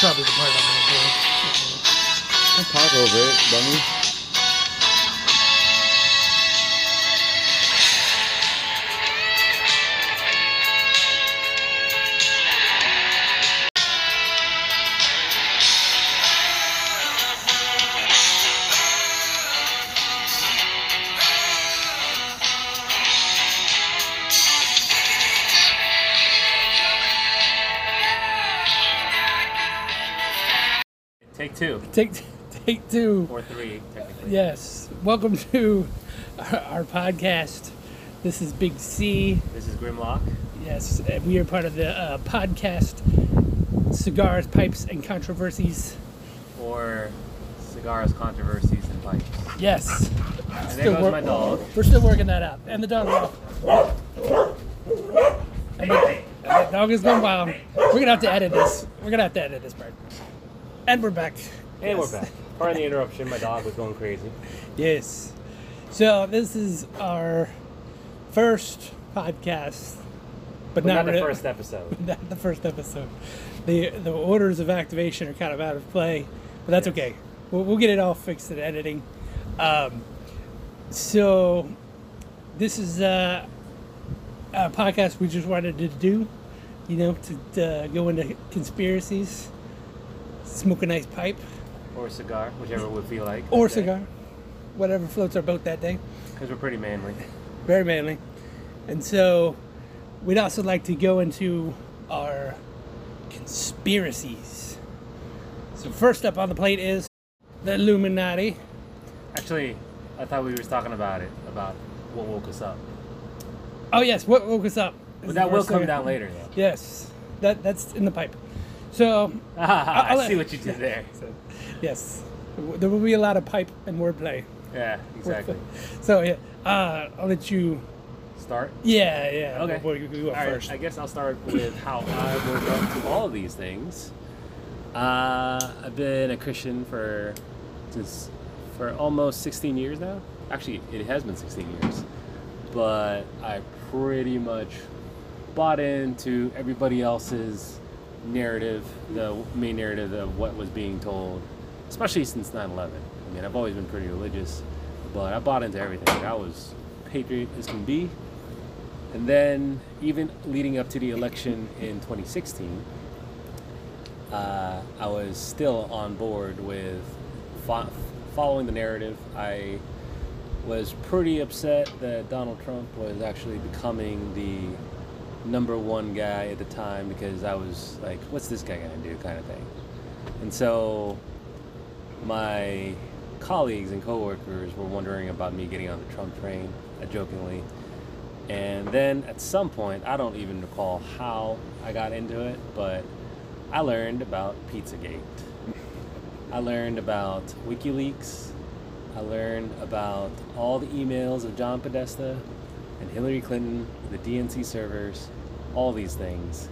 probably the part I'm gonna do. Don't talk over it, dummy. Take two Take take two. or three, technically. Yes. Welcome to our, our podcast. This is Big C. This is Grimlock. Yes, uh, we are part of the uh, podcast Cigars, Pipes, and Controversies. Or cigars, controversies, and pipes. Yes. And there Still goes work- my dog. We're still working that out. And the dog. And the, and the dog is going wild. We're going to have to edit this. We're going to have to edit this part. And we're back. And Yes. we're back. Pardon the interruption. My dog was going crazy. Yes. So this is our first podcast, but, But not, the really- first episode. not the first episode. The the orders of activation are kind of out of play, but that's Yes. okay. We'll, we'll get it all fixed in editing. Um, so this is a, a podcast we just wanted to do, you know, to, to go into conspiracies, smoke a nice pipe Or cigar, whichever would feel like. or cigar, whatever floats our boat that day. Because we're pretty manly. very manly. And so, we'd also like to go into our conspiracies. So, first up on the plate is the Illuminati. Actually, I thought we were talking about it, about what woke us up. Oh, yes, what woke us up? But that will come down later, though. Yes, that, that's in the pipe. So, Ah, I'll I see let- what you did there. yes, there will be a lot of pipe and wordplay. Yeah, exactly. So, yeah, uh, I'll let you. Start. Yeah, yeah. Okay. Well, you, you go All right, first. I guess I'll start with how I woke up to all of these things. Uh, I've been a Christian for since for almost 16 years now. Actually, it has been 16 years, but I pretty much bought into everybody else's narrative, the main narrative of what was being told, especially since 9/11. I mean, I've always been pretty religious, but I bought into everything. I was patriot as can be. And then, even leading up to the election in 2016, uh, I was still on board with fo- following the narrative. I was pretty upset that Donald Trump was actually becoming the number one guy at the time because I was like, what's this guy gonna do, kind of thing. And so, my colleagues and coworkers were wondering about me getting on the Trump train, uh, jokingly. And then at some point, I don't even recall how I got into it, but I learned about Pizzagate. I learned about WikiLeaks. I learned about all the emails of John Podesta and Hillary Clinton, the DNC servers, all these things.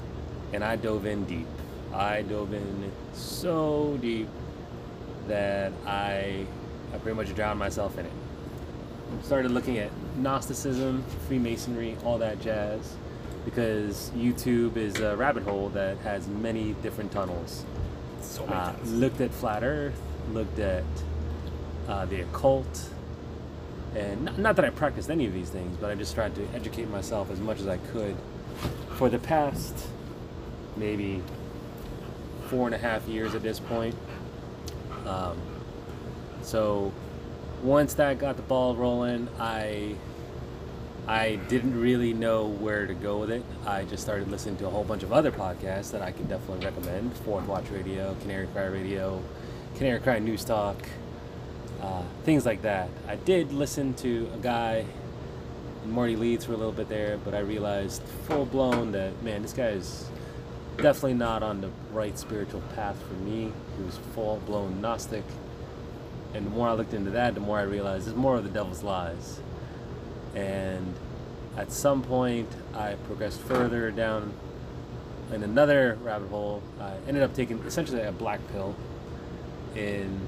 And I dove in deep. I dove in so deep that I, I pretty much drowned myself in it started looking at Gnosticism, Freemasonry, all that jazz, because YouTube is a rabbit hole that has many different tunnels. so many Uh, times. looked at flat Earth, looked at uh, the occult, and not, not that I practiced any of these things, but I just tried to educate myself as much as I could. For the past maybe four and a half years at this point. Um, so once that got the ball rolling, I I didn't really know where to go with it. I just started listening to a whole bunch of other podcasts that I could definitely recommend: Fourth Watch Radio, Canary Cry Radio, Canary Cry News Talk, uh, things like that. I did listen to a guy, Marty Leeds, for a little bit there, but I realized full blown that man, this guy is definitely not on the right spiritual path for me. He was full blown Gnostic. And the more I looked into that, the more I realized it's more of the devil's lies. And at some point, I progressed further down in another rabbit hole. I ended up taking essentially a black pill in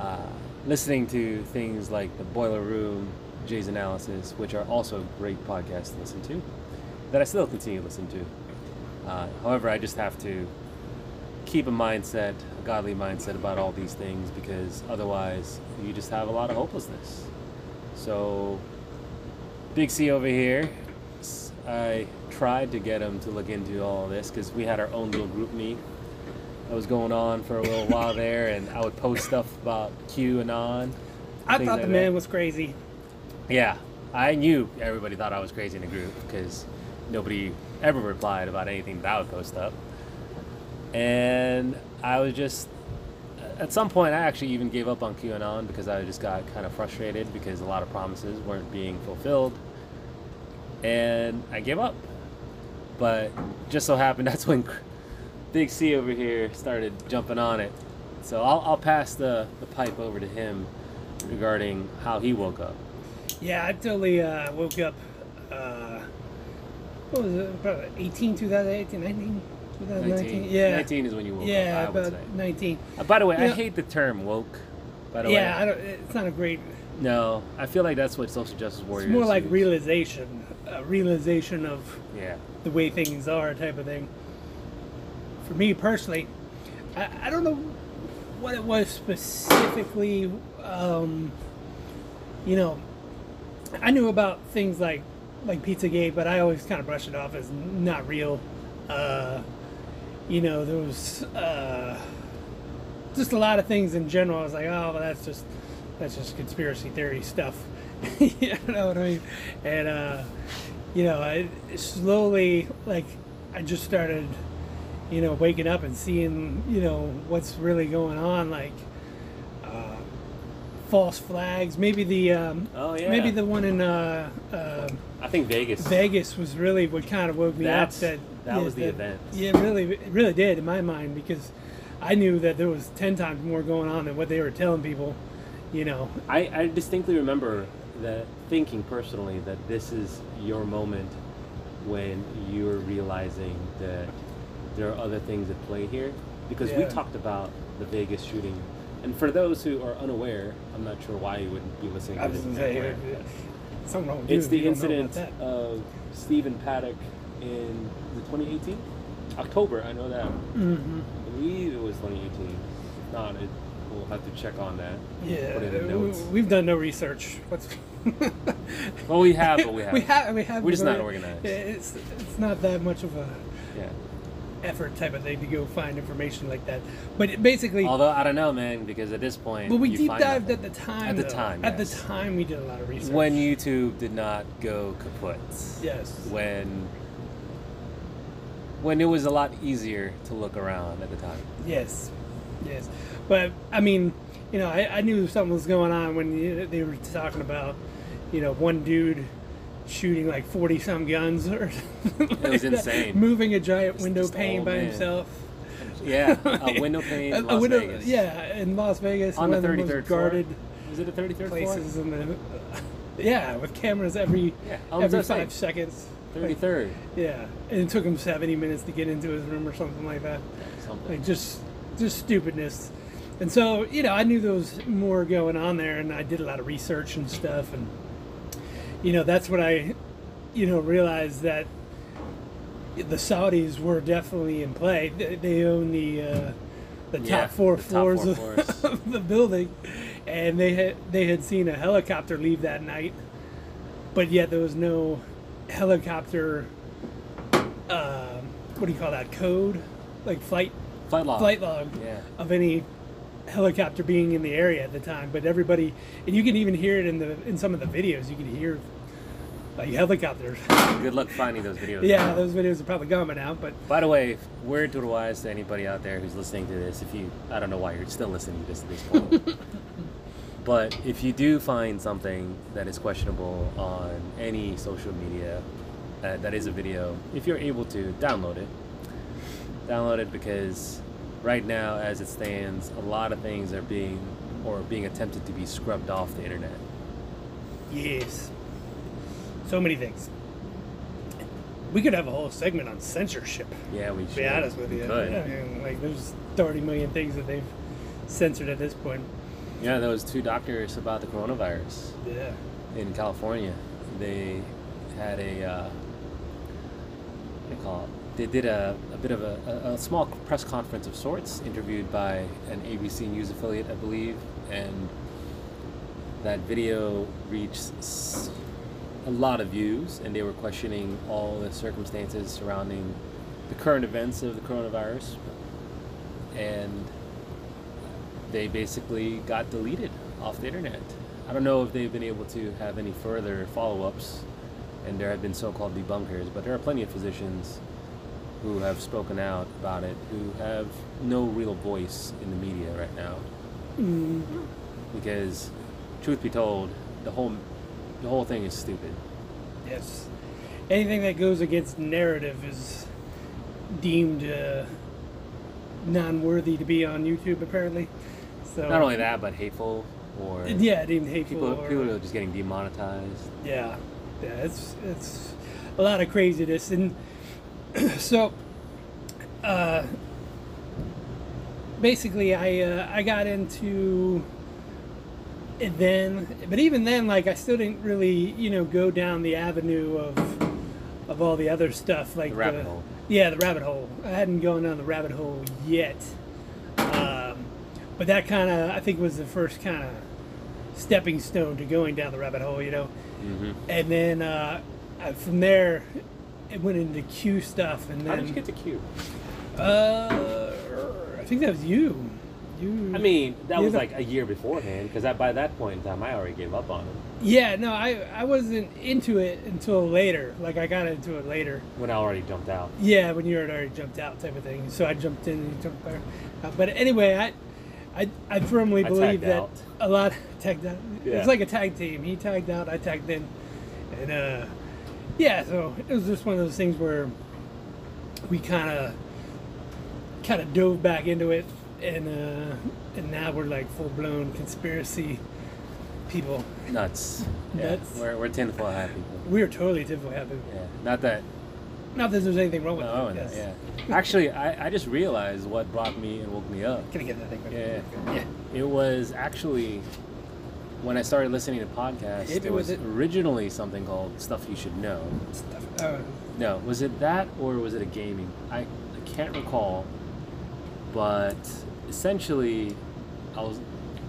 uh, listening to things like The Boiler Room, Jay's Analysis, which are also great podcasts to listen to that I still continue to listen to. Uh, however, I just have to keep a mindset, a godly mindset about all these things because otherwise you just have a lot of hopelessness. So, Big C over here, s- I tried to get him to look into all of this because we had our own little group meet that was going on for a little while there, and I would post stuff about QAnon. I things thought like the that. man was crazy. Yeah, I knew everybody thought I was crazy in the group because nobody ever replied about anything that I would post up. And I was just, at some point, I actually even gave up on QAnon because I just got kind of frustrated because a lot of promises weren't being fulfilled. And I gave up. But just so happened, that's when Big C over here started jumping on it. So I'll, I'll pass the, the pipe over to him regarding how he woke up. Yeah, I totally uh, woke up. Uh, what was it? About 18, 2018, 19, 2019. 19. Yeah, 19 is when you woke yeah, up, I would about say. 19. Uh, by the way, I Yeah. hate the term woke. By the Yeah, I way, don't, it's not a great. no, I feel like that's what social justice It's warriors. more like use. realization, a realization of Yeah, the way things are type of thing. For me personally, I, I don't know what it was specifically. Um, you know, I knew about things like like Pizzagate, but I always kind of brushed it off as not real. Uh, you know, there was uh, just a lot of things in general. I was like, oh, well, that's just that's just conspiracy theory stuff. you know what I mean? And uh, you know, I slowly like I just started, you know, waking up and seeing you know what's really going on, like uh, false flags. Maybe the um, Oh, yeah. maybe the one in uh, uh, I think Vegas. Vegas was really what kind of woke me That's- up. That that was the event. Yeah, it really, it really did in my mind because I knew that there was ten times more going on than what they were telling people. You know, I, I distinctly remember that thinking personally that this is your moment when you're realizing that there are other things at play here because we Yeah. talked about the Vegas shooting. And for those who are unaware, I'm not sure why you wouldn't be listening to I was this. gonna say anyway. something wrong. With It's you if the you don't know about incident that. of Stephen Paddock in the 2018 October. I know that. hmm I believe it was 2018. Not it. We'll have to check on that. Yeah, Put it in uh, the we- notes. we've done no research. What's well, we have, but we have. we have, we have. We're just not very- organized. yeah, It's it's not that much of a Yeah. effort type of thing to go find information like that. But it basically, Although I don't know, man, because at this point, but we you deep find dived at nothing. the time. At the though. time, At the yes. time, we did a lot of research. when YouTube did not go kaput. Yes. When. When it was a lot easier to look around at the time. Yes, yes, but I mean, you know, I, I knew something was going on when you- they were talking about, you know, one dude shooting like forty some guns or something It was like that, insane. moving a giant window just an pane old by man. himself. Yeah, a window pane, A- in a Las window- Vegas. Yeah, in Las Vegas, on one the of the 33rd most guarded floor. Was it the 33rd places in the. yeah, with cameras every Yeah, I was every gonna say. five seconds. floor? 33rd, Yeah, and it took him seventy minutes to get into his room or something like that something. like just just stupidness and so you know i knew there was more going on there and i did a lot of research and stuff and you know that's when i you know realized that the saudis were definitely in play they, they own the uh, the top Yeah, four the top four floors floors. of, of the building and they had they had seen a helicopter leave that night but yet there was no helicopter um, what do you call that code like flight Flight log. flight log Oh, Yeah. of any helicopter being in the area at the time but everybody and you can even hear it in the in some of the videos you can hear like helicopters Good luck finding those videos. yeah those videos are probably gone by now but By the way, word to the wise to anybody out there who's listening to this, if you, I don't know why you're still listening to this at this point, but if you do find something that is questionable on any social media uh, that is a video, if you're able to, download it. Download it because right now, as it stands, a lot of things are being or being attempted to be scrubbed off the internet. yes so many things we could have a whole segment on censorship Yeah, we should. to be honest with We you could. I mean, like there's 30 million things that they've censored at this point Yeah, there was two doctors about the coronavirus yeah in California. They had a uh, what do you call it? they did a, a bit of a, a, a small press conference of sorts, interviewed by an ABC News affiliate, I believe, and that video reached s- a lot of views, and they were questioning all the circumstances surrounding the current events of the coronavirus, and they basically got deleted off the internet. I don't know if they've been able to have any further follow ups, and there have been so called debunkers, but there are plenty of physicians who have spoken out about it who have no real voice in the media right now. Mm-hmm. Because, truth be told, the whole, the whole thing is stupid. Yes. Anything that goes against narrative is deemed uh, non-worthy to be on YouTube, apparently. So Not only that, but hateful or yeah, deemed hateful. people, or- people are just getting demonetized. yeah, yeah, it's it's a lot of craziness, and so uh, basically, I uh, I got into it then, but even then, like I still didn't really you know go down the avenue of of all the other stuff like The rabbit hole. Yeah, the rabbit hole. I hadn't gone down the rabbit hole yet, um, but that kind of I think was the first kind of stepping stone to going down the rabbit hole, you know. Mm-hmm. And then uh, I- from there, it went into Q stuff, and then How did you get to Q? uh, I think that was you. You. I mean, that You was know- like a year beforehand, because by that point in time, I already gave up on him Yeah, no, I I wasn't into it until later. Like I got into it later. when I already jumped out. Yeah, when you had already jumped out, type of thing. So I jumped in and you jumped there. Uh, but anyway, I. I, I firmly I believe tagged that out. a lot tagged out. Yeah. It's like a tag team. He tagged out, I tagged in, and uh, yeah. So it was just one of those things where we kind of kind of dove back into it, and uh, and now we're like full blown conspiracy people. Nuts. Nuts. Yeah, we're, we're tinfoil hat people. We're totally typical happy. Yeah. Not that. oh, Not that there's anything wrong with No, it. no, yes. yeah. Actually, I, I just realized what brought me and woke me up. Can I get that thing? Yeah. yeah. It was actually when I started listening to podcasts, Maybe there was was it- originally something called Stuff You Should Know. Stuff. Uh, No, was it that or was it a gaming? I, I can't recall. But essentially, I was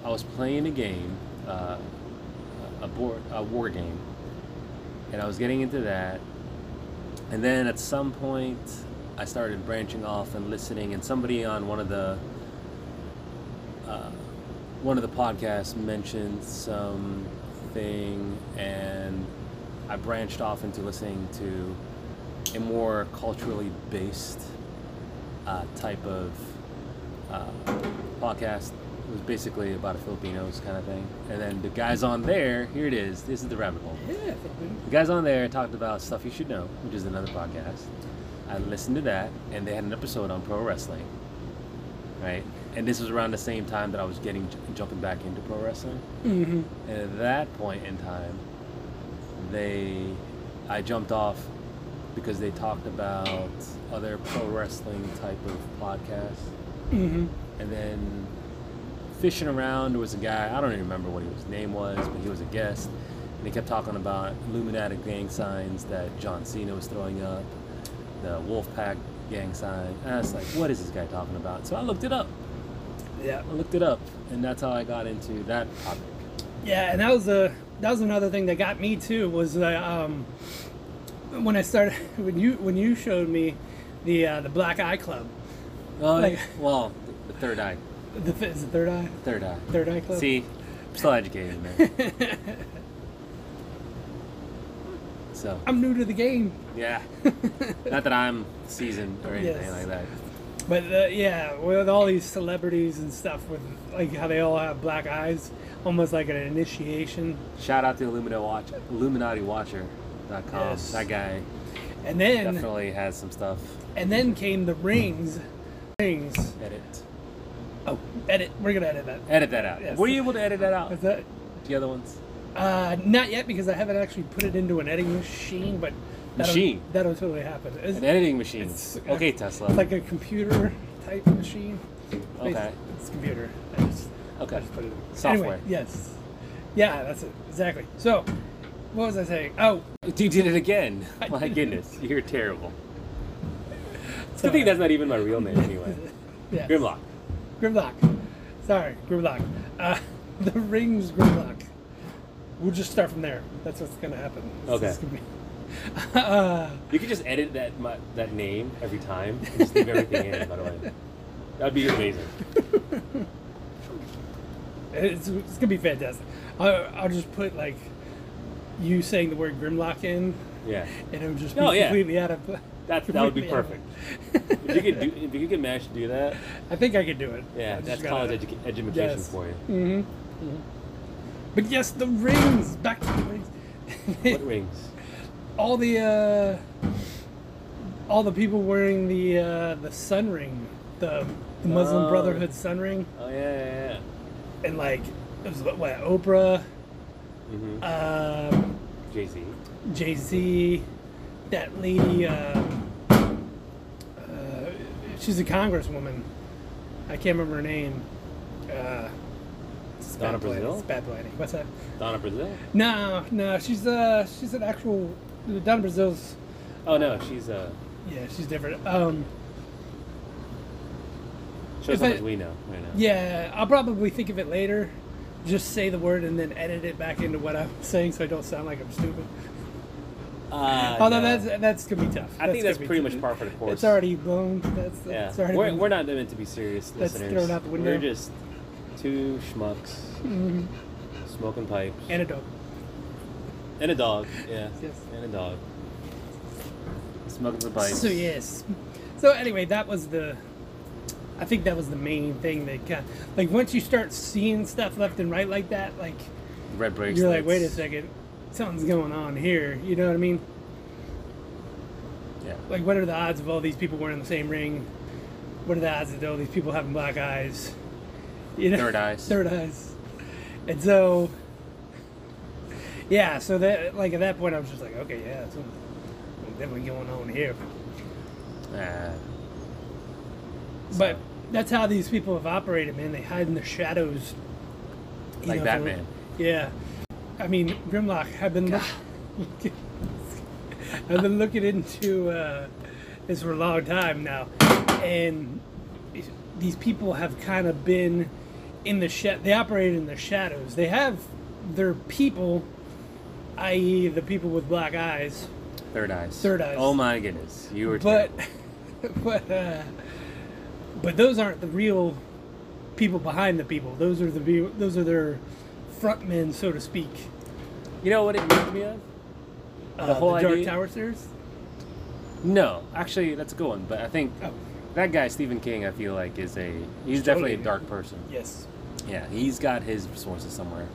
I was playing a game, uh, a board a war game, and I was getting into that. And then at some point, I started branching off and listening. And somebody on one of the uh, one of the podcasts mentioned something, and I branched off into listening to a more culturally based uh, type of uh, podcast. It was basically about a Filipinos kind of thing. And then the guys on there, here it is. This is the rabbit hole. yeah. I think we- The guys on there talked about stuff you should know, which is another podcast. I listened to that, and they had an episode on pro wrestling, right? And this was around the same time that I was getting jumping back into pro wrestling. Mm-hmm. And at that point in time, they, I jumped off because they talked about other pro wrestling type of podcasts. Mm-hmm. And then fishing around. There was a guy, I don't even remember what his name was, but he was a guest. And he kept talking about Illuminati gang signs that John Cena was throwing up, the Wolfpack gang sign. And I was like, what is this guy talking about? So I looked it up. Yeah. I looked it up, and that's how I got into that topic. Yeah, and that was a that was another thing that got me too was uh, um, when I started when you when you showed me the uh, the Black Eye Club, Oh, Like- well, the third eye. the th- is it Third Eye Third eye. Third Eye Club. See, I'm still educated, man. so, I'm new to the game, yeah. Not that I'm seasoned or anything Yes. like that. but uh, yeah, with all these celebrities and stuff, with like how they all have black eyes, almost like an initiation. Shout out to Illuminati Watch, IlluminatiWatcher.com. Yes. That guy And then definitely has some stuff. and then came the rings, rings. Edit, Oh, edit. We're gonna edit that. edit that out. Yes. Were you able to edit that out? Is that The other ones. Uh, not yet because I haven't actually put it into an editing machine, but that'll, Machine? that'll totally happen. It's, An editing machine. It's- okay, Tesla. it's like a computer type machine. It's basi- Okay. It's a computer. I just, I Okay. just put it in. Software. Anyway, yes. Yeah, that's it. Exactly. So, what was I saying? Oh, you did it again. I My did. goodness, you're terrible. It's a good thing that's not even my real name anyway. yeah. Grimlock. Grimlock. Sorry, Grimlock. Uh, the ring's Grimlock. We'll just start from there. That's what's gonna happen. This Okay. is gonna be- uh, You could just edit that my, that name every time. And just leave everything in. By the way, that'd be amazing. it's, it's gonna be fantastic. I'll, I'll just put like you saying the word Grimlock in, Yeah, and it'll just be No, yeah. completely out of. that that would be completely perfect. out of- If you could do, if you could manage to do that, I think I could do it. yeah, I just that's gotta- college edu- education Yes. for you. hmm But yes, the rings. Back to the rings. What rings? all the uh, all the people wearing the uh, the sun ring, the, the Muslim Oh. Brotherhood sun ring, Oh yeah, yeah, and like it was what Oprah, yeah. hmm um Jay Z. Jay Z, that lady. Uh, uh, she's a congresswoman. I can't remember her name. Uh, it's Donna bad planning- Brazile? It's bad planning. What's that? Donna Brazil. No, no, she's uh, she's an actual Donna Brazil's. Oh no, she's uh, Yeah, she's different. Um, shows If up I- as we know right now. Yeah, I'll probably think of it later. Just say the word and then edit it back into what I'm saying, so I don't sound like I'm stupid. Uh, Although no. Oh, that's that's gonna be tough. I think that's gonna be pretty tough. much par for the course. It's already blown. That's, Yeah, that's already. we're, been- we're not meant to be serious That's listeners. thrown out the window. We're just two schmucks Mhm. smoking pipes And a dog. And a dog. Yeah, Yes. and a dog smoking some pipes. So yes. So anyway, that was the. I think that was the main thing that kind of, like once you start seeing stuff left and right like that, like Red brakes. you're like, wait a lights. second, something's going on here. You know what I mean? Yeah. like what are the odds of all these people wearing the same ring? What are the odds of all these people having black eyes? You know, Third eyes. Third eyes. And so, yeah. So that like at that point, I was just like, okay, yeah, something definitely going on here. Ah. But that's how these people have operated, man. They hide in the shadows. you Like know, Batman. for- yeah. I mean, Grimlock, I've been, look- I've been looking into uh, this for a long time now. And it- these people have kind of been in the shadow. They operate in the shadows. They have their people, i.e., the people with black eyes. third eyes. Third eyes. Oh my goodness, you were. But, terrible. but, uh, but those aren't the real people behind the people. Those are the be- those are their front men, so to speak. you know what it reminds me of? Uh, The whole Dark idea- Tower series. No, actually, that's a good one. But I think Oh, that guy Stephen King, I feel like is a he's definitely a dark person. yes. Yeah, he's got his sources somewhere.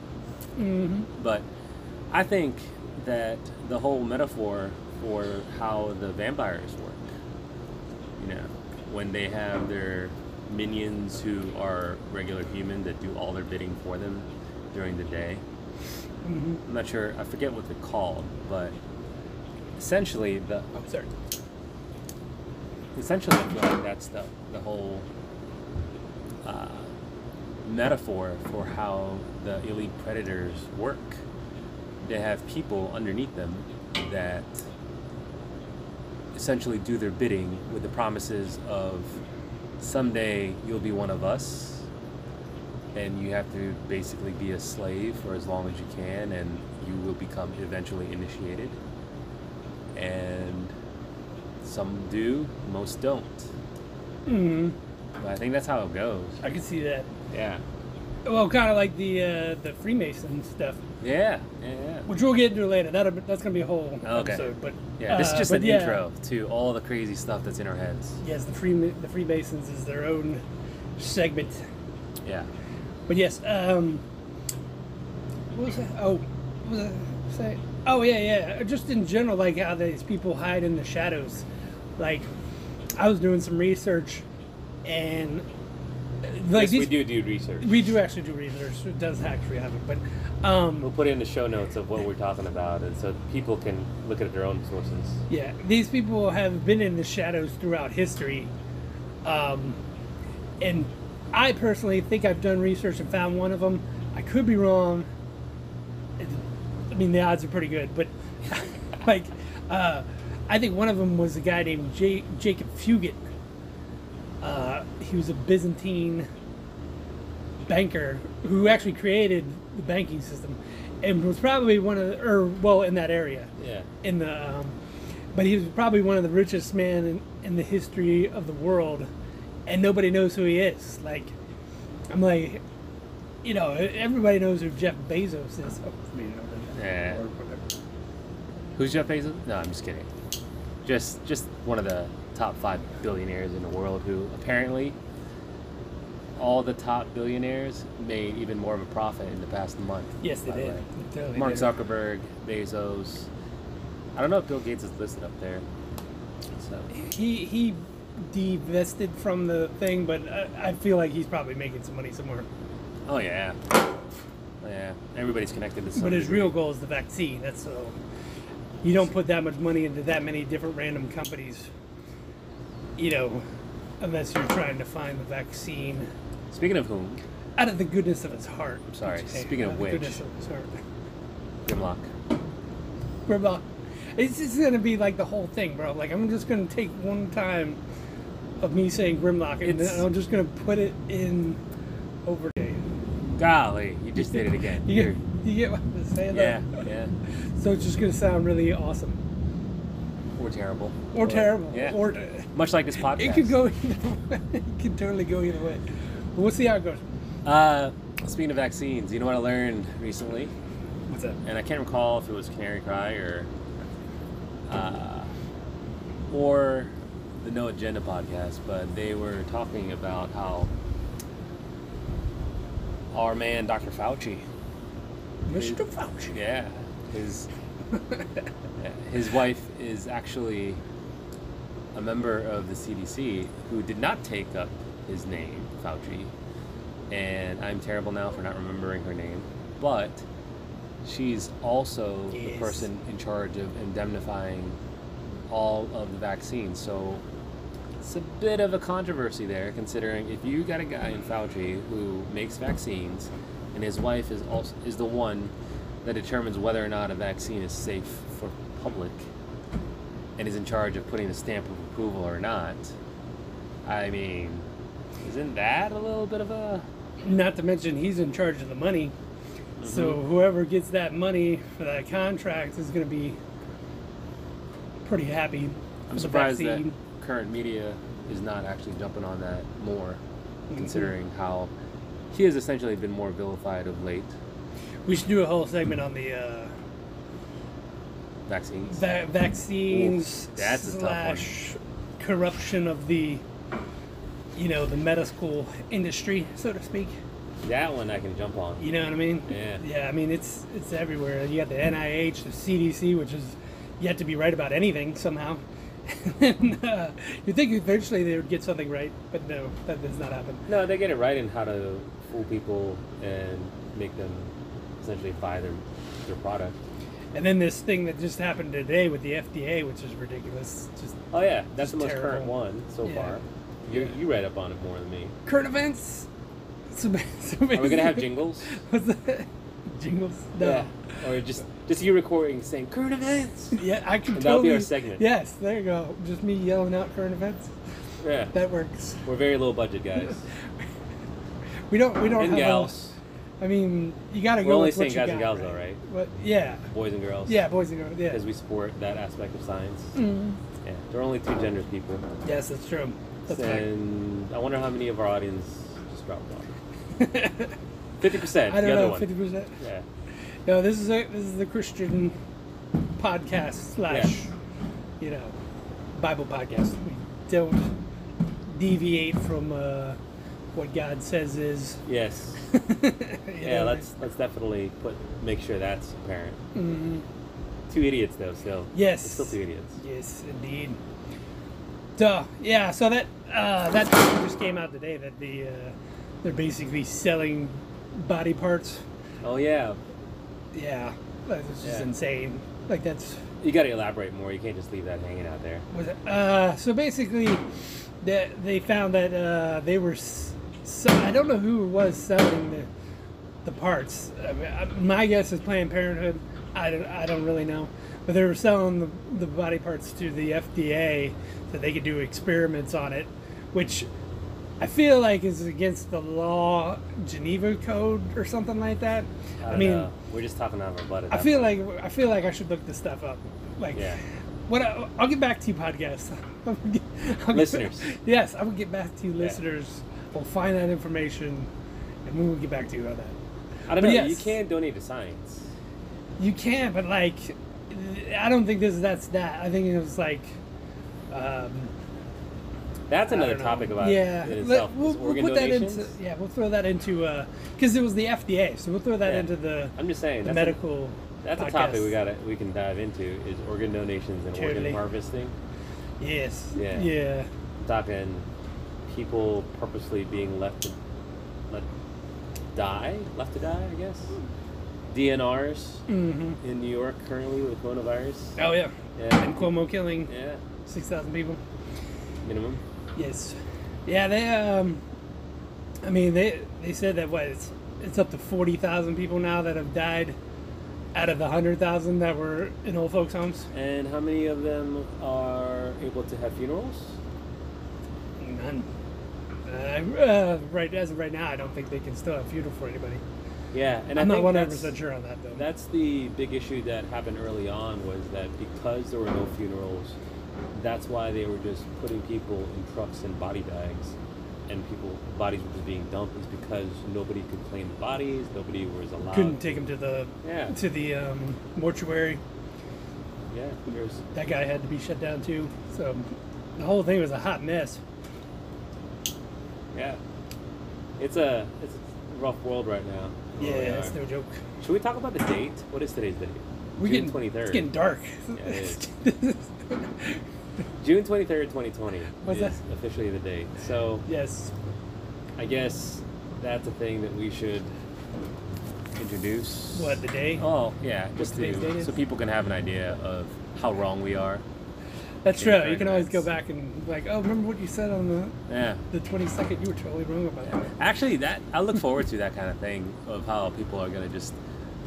Mm-hmm. But I think that the whole metaphor for how the vampires work, you know, when they have their minions who are regular human that do all their bidding for them during the day. Mm-hmm. I'm not sure, I forget what they're called, but essentially the Oh, sorry. essentially I feel like that's the, the whole uh, metaphor for how the elite predators work. They have people underneath them that essentially do their bidding with the promises of someday you'll be one of us and you have to basically be a slave for as long as you can and you will become eventually initiated and some do, most don't. Mm-hmm. But I think that's how it goes. I can see that. Yeah. Well, kind of like the uh, the Freemason stuff, Yeah. Yeah. Yeah. which we'll get into later. That'll, be- that's gonna be a whole Okay. episode. But yeah this uh, is just but an yeah. intro to all the crazy stuff that's in our heads. Yes, the free the Freemasons is their own segment. Yeah. But yes, um, what was that? Oh, what was I say? Oh yeah, yeah. Just in general, like how these people hide in the shadows. Like, I was doing some research, and uh, like these, do do research. we do actually do research. It does actually happen, but um, We'll put in the show notes of what we're talking about, and so people can look at their own sources. Yeah, these people have been in the shadows throughout history. Um, and I personally think I've done research and found one of them. I could be wrong. It- I mean, the odds are pretty good, but like, uh, I think one of them was a guy named J- Jacob Fugit Uh, he was a Byzantine banker who actually created the banking system, and was probably one of, the, or well, in that area, Yeah. in the, um, but he was probably one of the richest men in, in the history of the world, and nobody knows who he is. Like, I'm like, you know, e-, everybody knows who Jeff Bezos is. Oh, I mean, I don't know. Yeah. Or whatever. Who's Jeff Bezos? No, I'm just kidding. Just just one of the top five billionaires in the world who apparently all the top billionaires made even more of a profit in the past month. Yes, they by the did. way. They totally Mark did. Zuckerberg, Bezos. I don't know if Bill Gates is listed up there. So He he divested from the thing, but I, I feel like he's probably making some money somewhere. Oh yeah. Oh, yeah. Everybody's connected to something. But his real goal is the vaccine. That's so. You don't put that much money into that many different random companies, you know, unless you're trying to find the vaccine Speaking of whom, out of the goodness of his heart. I'm sorry, speaking of which. goodness of his heart. Grimlock. We're about. It's just gonna be like the whole thing, bro. Like I'm just gonna take one time of me saying Grimlock, and It's- then I'm just gonna put it in over. Golly, you just did it again. You You're- get, you get what I'm saying? though? yeah, yeah. So it's just gonna sound really awesome Or terrible. or terrible Yeah. or Much like this podcast. it could go either way. It could totally go either way. But we'll see how it goes. Uh, speaking of vaccines, you know what I learned recently, What's that? and I can't recall if it was Canary Cry or, uh, or the No Agenda podcast, but they were talking about how our man Dr. Fauci, Mr. Fauci. yeah, his his wife is actually a member of the CDC who did not take up his name, Fauci. And I'm terrible now for not remembering her name, but she's also the Yes. person in charge of indemnifying all of the vaccines. So it's a bit of a controversy there, considering if you got a guy in Fauci who makes vaccines, and his wife is also is the one that determines whether or not a vaccine is safe for public, and is in charge of putting the stamp of approval or not. I mean, isn't that a little bit of a Not to mention he's in charge of the money. Mm-hmm. So whoever gets that money for that contract is gonna be pretty happy. with I'm the surprised that vaccine. current media is not actually jumping on that more, Mm-hmm. considering how he has essentially been more vilified of late. we should do a whole segment on the uh, Vaccines. va- vaccines Ooh, that's a tough one. slash corruption of the you know the medical industry so to speak That one I can jump on. you know what i mean Yeah. yeah i mean it's it's everywhere you got the nih the cdc which is yet to be right about anything somehow and, uh, you'd think eventually they would get something right but no that does not happen No, they get it right in how to fool people and make them essentially buy their their product. and then this thing that just happened today with the fda which is ridiculous just Oh yeah, It's that's the most current terrible. one so Yeah. far. You you read up on it more than me. current events so, so Are we gonna have basically- jingles? What's that? Jingles? No. Yeah, Yeah. Or just just you recording saying current events. I can And that'll totally. be our segment. Yes, there you go. Just me yelling out current events. Yeah. That works. We're very low budget guys We don't. We don't and have. gals, A, I mean, you gotta We're go only with what saying you guys got, and gals, right? though, right? What? Yeah. boys and girls. Yeah, boys and girls. Yeah. Because we support that aspect of science. Mm. Yeah. There are only two genders, people. Yes, that's true. That's fact. and I wonder how many of our audience just dropped off. Fifty percent. I The don't other know. one. Fifty percent. Yeah. No, this is a this is the Christian podcast slash, you know, Bible podcast. We don't deviate from uh, what God says is. Yes. You Yeah. know, Let's let's definitely put make sure that's apparent. Mhm. Two idiots though. Still. Yes. It's still two idiots. Yes, indeed. Duh. Yeah. So that uh, that thing just came out today that the uh, they're basically selling body parts. Oh yeah. Yeah, that's just Yeah. insane. Like that's You got to elaborate more. You can't just leave that hanging out there. was it- uh, so basically that they found that uh, they were s- so I don't know who was selling the the parts. I mean, I- my guess is Planned Parenthood. I don't, I don't really know, but they were selling the, the body parts to the FDA so they could do experiments on it, which I feel like it's against the law, Geneva Code or something like that. I, don't mean, know. we're just talking out of our butt. at I that feel point. like I feel like I should look this stuff up. Like, Yeah. what? I, I'll get back to you, podcast I'll get- Listeners. yes, I will get back to you, listeners. We'll find that information, and we will get back to you on that. I don't but know. yes. You can donate to science. You can, but like, I don't think this that's that. I think it was like. Um, That's I another don't know. topic about yeah. it Let- itself. we'll, is we'll organ put that donations. into yeah. We'll throw that into because it was the FDA, so we'll throw that Yeah. into the, I'm just saying the that's medical. A, that's a podcast. topic we got to we can dive into is organ donations and Totally. organ harvesting. Yes. Yeah. Yeah. I'm talking people purposely being left to let die, left to die, I guess. DNRs hmm in New York currently with coronavirus. Oh yeah. Yeah. And Cuomo killing Yeah, six thousand people. minimum. Yes. Yeah. They. Um. I mean, they they said that what it's it's up to forty thousand people now that have died, out of the hundred thousand that were in old folks' homes. And how many of them are able to have funerals? None. Uh, uh, right as of right now, I don't think they can still have funeral for anybody. Yeah, and I I'm not think 100 that's- percent sure on that though. That's the big issue that happened early on was that because there were no funerals, that's why they were just putting people in trucks and body bags, and people bodies were just being dumped. Is because nobody could claim the bodies, nobody was allowed. Couldn't take him to the Yeah. to the um, mortuary. Yeah, there's That guy had to be shut down too. So the whole thing was a hot mess. yeah. It's a it's a rough world right now. Oh, Yeah, where we it's are. no joke. Should we talk about the date? What is today's date? We're June getting twenty It's third. getting dark. it June twenty third, twenty twenty What's is that? officially the date. So yes. I guess that's a thing that we should introduce. What the day? Oh, yeah, just today's date to, is? so people can have an idea of how wrong we are. That's yeah, true. You very can always nice. go back and like, oh, remember what you said on the Yeah. the 22nd? You were totally wrong about yeah. that. Actually, that I look forward to that kind of thing of how people are gonna just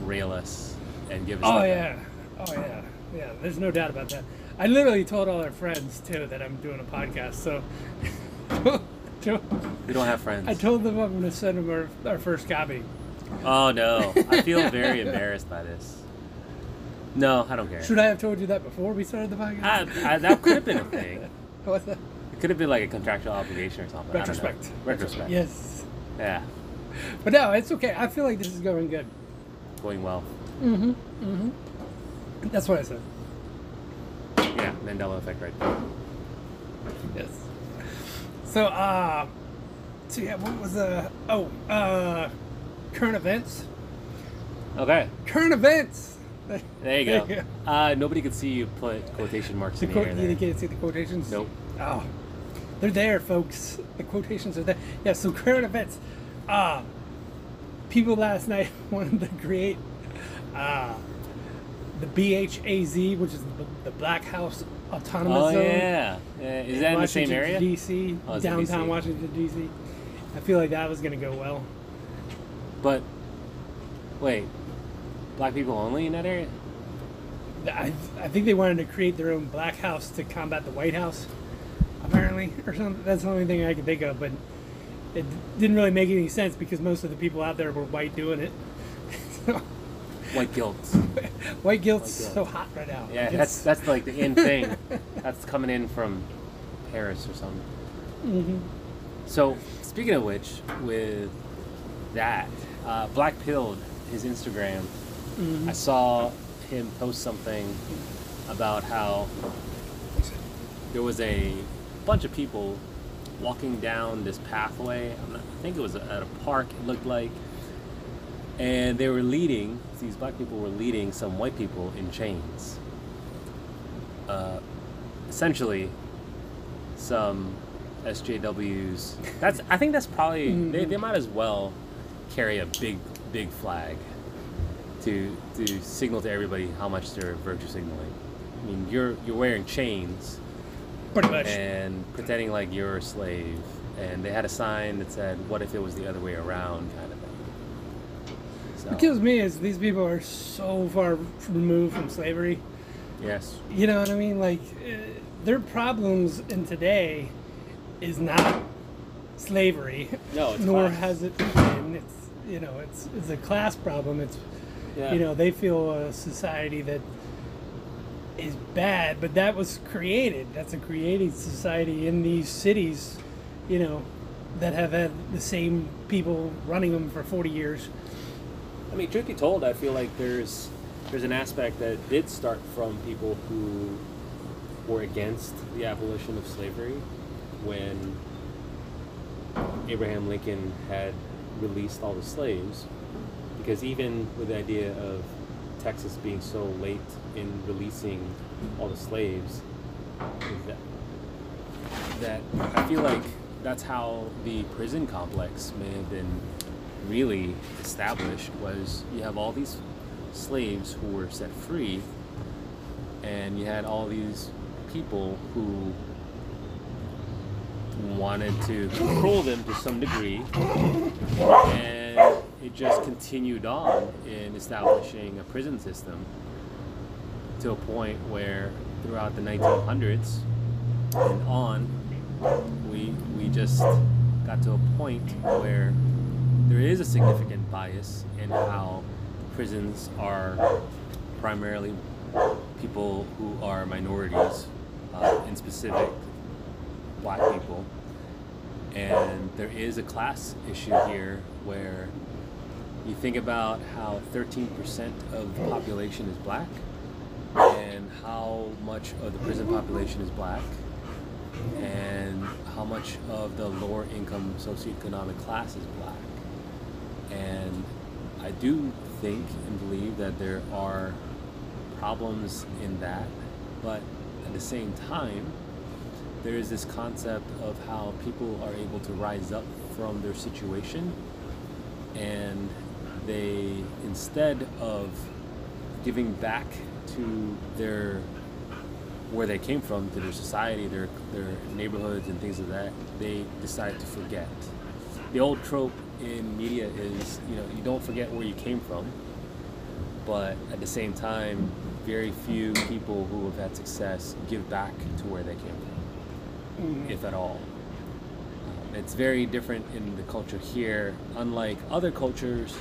rail us and give us. Oh like yeah. Oh yeah. Yeah. There's no doubt about that. I literally told all our friends too that I'm doing a podcast. So. A, we don't have friends. I told them I'm going to send them our, our first copy. oh no, I feel very embarrassed by this. No, I don't care. Should I have told you that before we started the podcast? I, I, Uh, that could have been a thing. What's that? It could have been like a contractual obligation or something. I don't know. Retrospect. Retrospect. Yes. Yeah. But no, it's okay. I feel like this is going good. Going well. That's what I said. Yeah. Mandela effect right there. Yes. So, uh, so yeah, what was the, oh, uh, current events? Okay. Current events! There you There go. you Uh, nobody could see you put quotation marks The in the quote, air you there. can't see the quotations? Nope. Oh, they're there, folks. The quotations are there. Yeah, so current events. Uh, people last night wanted to create uh, the BHAZ, which is the, the Black House Autonomous Oh Zone. yeah. yeah. Is that in the same uh, Washington, area? D.C., Oh, it's in downtown DC. Washington, D.C. I feel like that was going to go well. But wait, black people only in that area? I, I think they wanted to create their own Black House to combat the White House, apparently, or something. That's the only thing I could think of, but it didn't really make any sense because most of the people out there were white doing it. so, White guilt. white guilt's White guilt. so hot right now. Yeah, It's- that's that's like the end thing. that's coming in from Paris or something. So speaking of which, with that, uh, Black Pilled his Instagram. I saw him post something about how there was a bunch of people walking down this pathway. I'm not, I think it was at a park. It looked like, and they were leading. These black people were leading some white people in chains. Uh, essentially, some SJWs. That's. I think that's probably they, they. might as well carry a big, big flag to to signal to everybody how much they're virtue signaling. I mean, you're you're wearing chains pretty much. and pretending like you're a slave. And they had a sign that said, "What if it was the other way around?" kind of thing. What So, kills me is these people are so far removed from slavery. yes, You know what I mean? Like, uh, their problems in today is not slavery. No, it's nor class. has it been. It's you know, it's it's a class problem. It's Yeah. you know, they feel a society that is bad, but that was created. That's a created society in these cities, you know, that have had the same people running them for 40 years. I mean, truth be told, I feel like there's there's an aspect that did start from people who were against the abolition of slavery when Abraham Lincoln had released all the slaves, because even with the idea of Texas being so late in releasing all the slaves, that, that I feel like that's how the prison complex may have been really established was you have all these slaves who were set free and you had all these people who wanted to control them to some degree and it just continued on in establishing a prison system to a point where throughout the 1900s and on we we just got to a point where there is a significant bias in how prisons are primarily people who are minorities, uh, in specific black people, and there is a class issue here where you think about how 13% of the population is black and how much of the prison population is black and how much of the lower income socioeconomic class is black. And I do think and believe that there are problems in that, but at the same time, there is this concept of how people are able to rise up from their situation and they, instead of giving back to their where they came from, to their society, their their neighborhoods, and things of that, they decide to forget. The old trope in media is, you know, you don't forget where you came from, but at the same time, very few people who have had success give back to where they came from, if at all. Um, It's very different in the culture here, unlike other cultures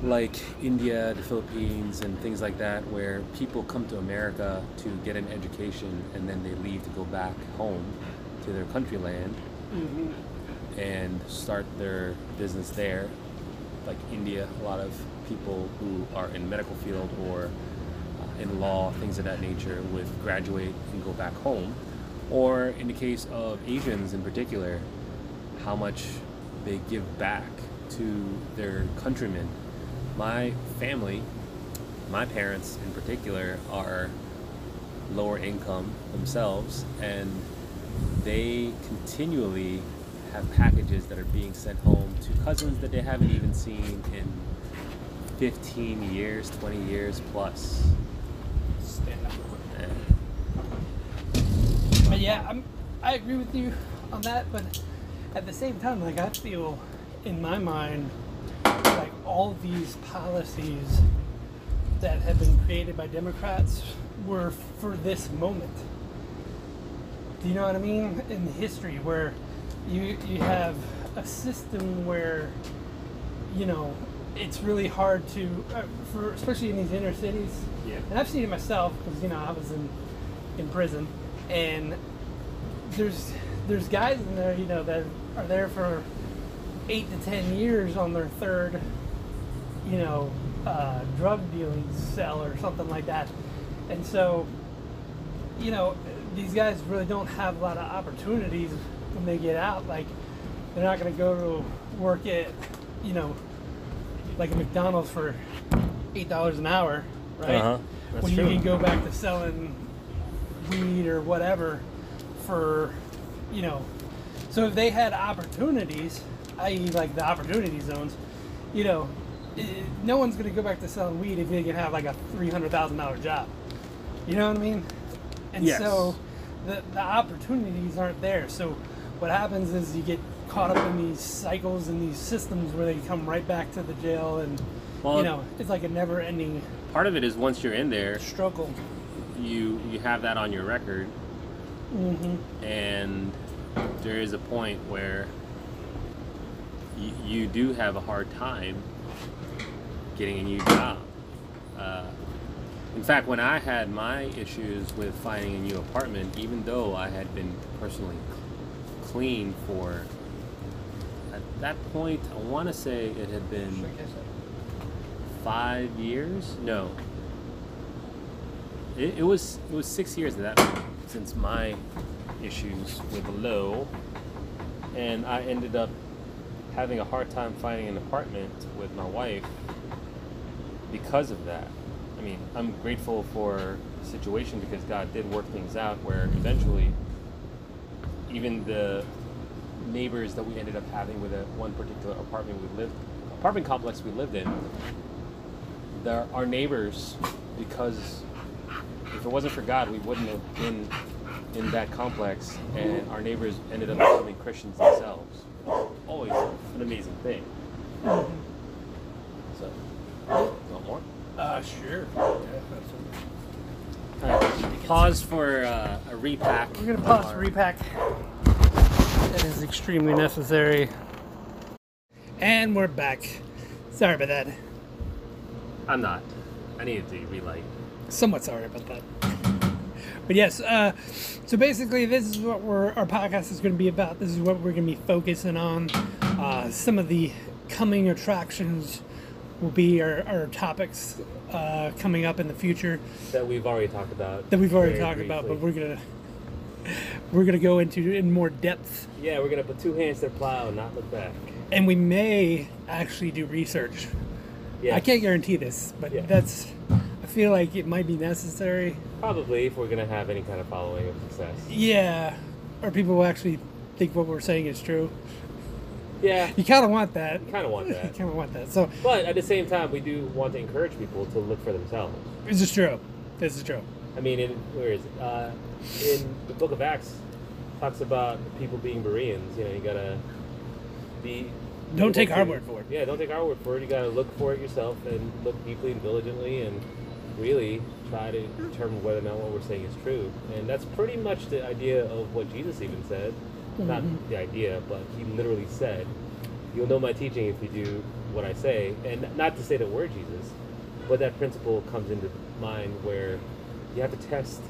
like India, the Philippines, and things like that, where people come to America to get an education and then they leave to go back home to their country land and start their business there. Like India, a lot of people who are in medical field or uh, in law, things of that nature, would graduate and go back home. Or in the case of Asians in particular, how much they give back to their countrymen. My family, my parents in particular, are lower income themselves, and they continually have packages that are being sent home to cousins that they haven't even seen in 15 years, 20 years plus. And But yeah, I'm, I agree with you on that. But at the same time, like I feel in my mind, like all these policies that have been created by Democrats were for this moment. Do you know what I mean? In history, where you you have a system where you know it's really hard to, uh, for especially in these inner cities. Yeah. And I've seen it myself because you know I was in in prison, and there's there's guys in there you know that are there for eight to ten years on their third you know, uh, drug dealing cell or something like that. And so, you know, these guys really don't have a lot of opportunities when they get out. Like, they're not going to go to work at, you know, like a McDonald's for eight dollars an hour, right? Uh-huh. That's when true. you can go back to selling weed or whatever for, you know, so if they had opportunities, i.e., like the opportunity zones, you know, i no one's going to go back to selling weed if they can have like a three hundred thousand dollar job. You know what I mean? And Yes. so the, the opportunities aren't there. So what happens is you get caught up in these cycles and these systems where they come right back to the jail and Well- you know it's like a never ending part of it is once you're in there, struggle. you you have that on your record, and there is a point where you, you do have a hard time getting a new job. Uh, in fact, when I had my issues with finding a new apartment, even though I had been personally cl- clean for, at that point, I want to say it had been five years. No, it, it was it was six years at that point since my issues with low, and I ended up having a hard time finding an apartment with my wife because of that. I mean, I'm grateful for the situation because God did work things out where eventually even the neighbors that we ended up having with a, one particular apartment we lived apartment complex we lived in the, our neighbors because if it wasn't for God, we wouldn't have been in that complex, and our neighbors ended up becoming Christians themselves. Always an amazing thing. So, want more? Uh, sure. All right, pause for uh, a repack. We're gonna of pause our- to repack. That is extremely necessary. And we're back. Sorry about that. I'm not. I needed to relight. Somewhat sorry about that. But yes, uh, so basically, this is what we're, our podcast is going to be about. This is what we're going to be focusing on. Uh, some of the coming attractions will be our, our topics uh, coming up in the future. That we've already talked about. that we've already very talked about, but briefly. we're gonna we're gonna go into in more depth, yeah, we're gonna put two hands to the plow, and not look back. and we may actually do research. Yeah, I can't guarantee this, but Yeah. that's I feel like it might be necessary. probably if we're gonna have any kind of following of success. Yeah, or people will actually think what we're saying is true. Yeah, You kind of want that. kind of want You that. kind of want that. So But at the same time, we do want to encourage people to look for themselves. this is true. This is true. I mean, in, where is it? Uh, in the Book of Acts, talks about people being Bereans. You know, you gotta be. Don't take look our for- word for it. Yeah, don't take our word for it. You gotta look for it yourself and look deeply and diligently and really try to determine whether or not what we're saying is true. And that's pretty much the idea of what Jesus even said. Not Mm-hmm. the idea, but he literally said, "You'll know my teaching if you do what I say." And not to say that we're Jesus, but that principle comes into mind where you have to test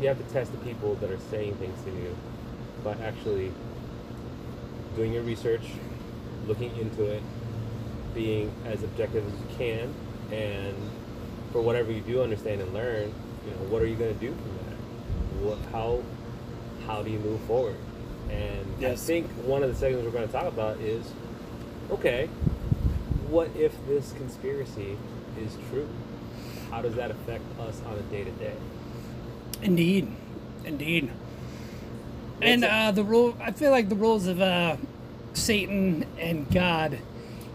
you have to test the people that are saying things to you by actually doing your research, looking into it, being as objective as you can, and for whatever you do understand and learn, you know, what are you going to do from that? What, how, how do you move forward? And Yes. I think one of the segments we're going to talk about is, okay, what if this conspiracy is true? How does that affect us on a day to day? Indeed, indeed. That's and it. uh, the role, I feel like the roles of uh, Satan and God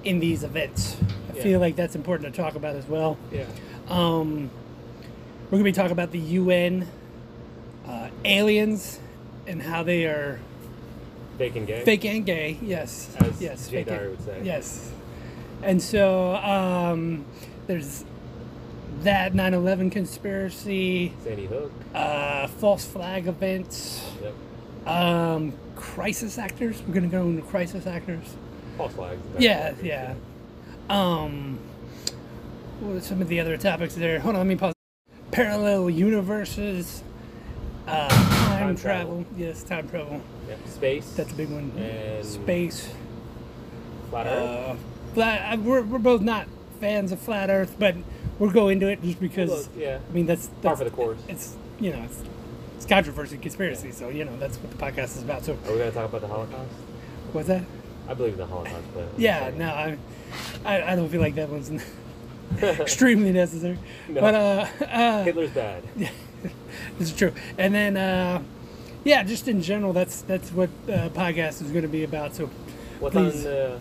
in these events. I Yeah. feel like that's important to talk about as well. Yeah. Um, we're gonna be talking about the UN, uh, aliens, and how they are Fake and gay. fake and gay. Yes, As yes, Jay fake and- Dyer would say. Yes, and so um, there's that 9/11 conspiracy. Sandy Hook. uh, false flag events, Yep. um, crisis actors. We're gonna go into crisis actors. False flags. Yeah, yeah. Um, what are some of the other topics there? Hold on, let me pause. Parallel universes, uh, time, travel. Time travel. Yes, time travel. Yep. Space. That's a big one. And- Space. Flat Earth. Uh, flat. I, we're, we're both not fans of flat Earth, but we'll go into it just because. Look, yeah. I mean, that's, that's Par for the course. It's you know, it's, it's controversy, conspiracy. So you know, that's what the podcast is about. So Are we gonna talk about the Holocaust? what's that? I believe in the Holocaust, but Yeah, no, I, I, I don't feel like that one's extremely necessary. No. But uh, uh, Hitler's bad. this is true. And then uh, yeah, just in general, that's that's what uh, podcast is going to be about. So What's please, on the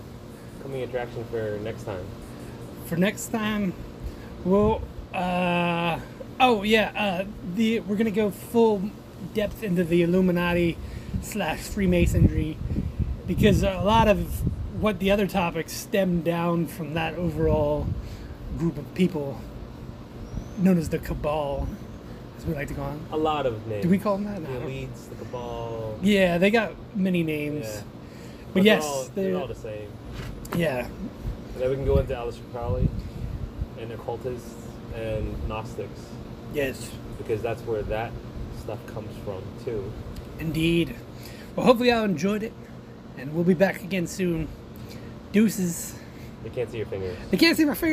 coming attraction for next time? for next time, we'll. Uh, oh yeah, uh, the we're gonna go full depth into the Illuminati slash Freemasonry because a lot of what the other topics stem down from that overall group of people known as the Cabal. as we like to call them. A lot of names. Do we call them that? I the don't- elites, the cabal? Yeah, they got many names. Yeah. But, they're yes, all, they they're all the same. yeah, And then we can go into Aleister Crowley and occultists and Gnostics yes, because that's where that stuff comes from too. indeed. Well, hopefully, y'all enjoyed it, and we'll be back again soon. Deuces. They can't see your fingers. They can't see my fingers.